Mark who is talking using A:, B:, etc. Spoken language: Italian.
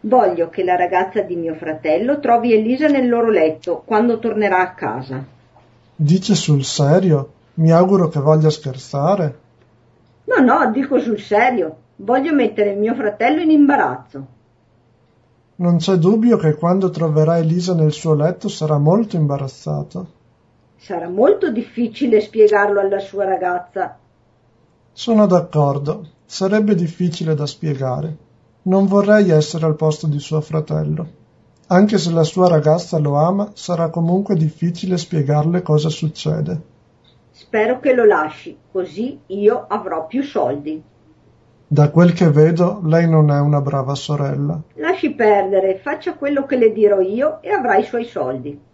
A: Voglio che la ragazza di mio fratello trovi Elisa nel loro letto quando tornerà a casa.
B: Dice sul serio? Mi auguro che voglia scherzare.
A: No, no, dico sul serio. Voglio mettere mio fratello in imbarazzo.
B: Non c'è dubbio che quando troverà Elisa nel suo letto sarà molto imbarazzata.
A: Sarà molto difficile spiegarlo alla sua ragazza.
B: Sono d'accordo. Sarebbe difficile da spiegare. Non vorrei essere al posto di suo fratello. Anche se la sua ragazza lo ama, sarà comunque difficile spiegarle cosa succede.
A: Spero che lo lasci, così io avrò più soldi.
B: Da quel che vedo, lei non è una brava sorella.
A: Lasci perdere, faccia quello che le dirò io e avrà i suoi soldi.